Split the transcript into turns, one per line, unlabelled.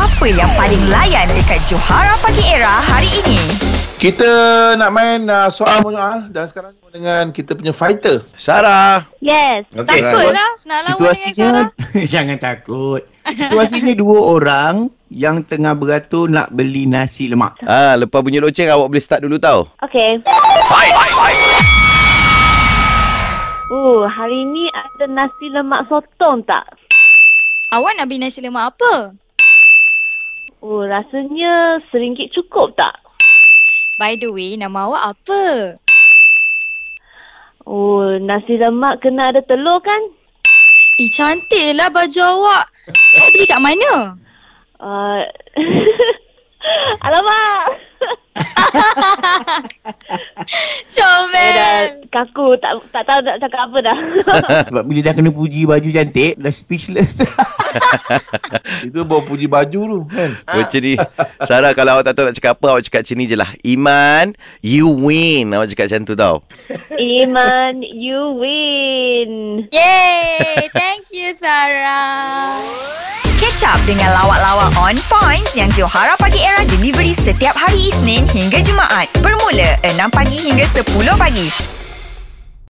Apa yang paling layan dekat Johara Pagi Era hari ini?
Kita nak main uh, soal menyoal dan sekarang dengan kita punya fighter.
Sarah.
Yes.
Okay,
Takut lah. Nak lawan dengan
Situasinya jangan takut. Situasinya dua orang yang tengah beratur nak beli nasi lemak.
Ah, lepas bunyi loceng awak boleh start dulu tau.
Sarah. Okay. Oh, hari ni ada nasi lemak sotong tak?
Awak nak beli nasi lemak apa?
Oh, rasanya seringgit cukup tak?
By the way, nama awak apa?
Oh, nasi lemak kena ada telur kan?
Eh, cantik lah baju awak. Awak beli kat mana?
Uh, Alamak. Eh, dah
Comel.
kaku. Tak, tak tahu nak cakap apa dah.
Sebab bila dah kena puji baju cantik, dah speechless.
Itu bawa puji baju tu kan.
Macam ni. Sarah kalau awak tak tahu nak cakap apa, awak cakap sini je lah. Iman, you win. Awak cakap macam tu tau.
Iman, you win.
Yay! Thank you, Sarah.
Catch up dengan lawak-lawak on points yang Johara Pagi Era delivery setiap hari Isnin hingga Jumaat. Bermula 6 pagi hingga 10 pagi.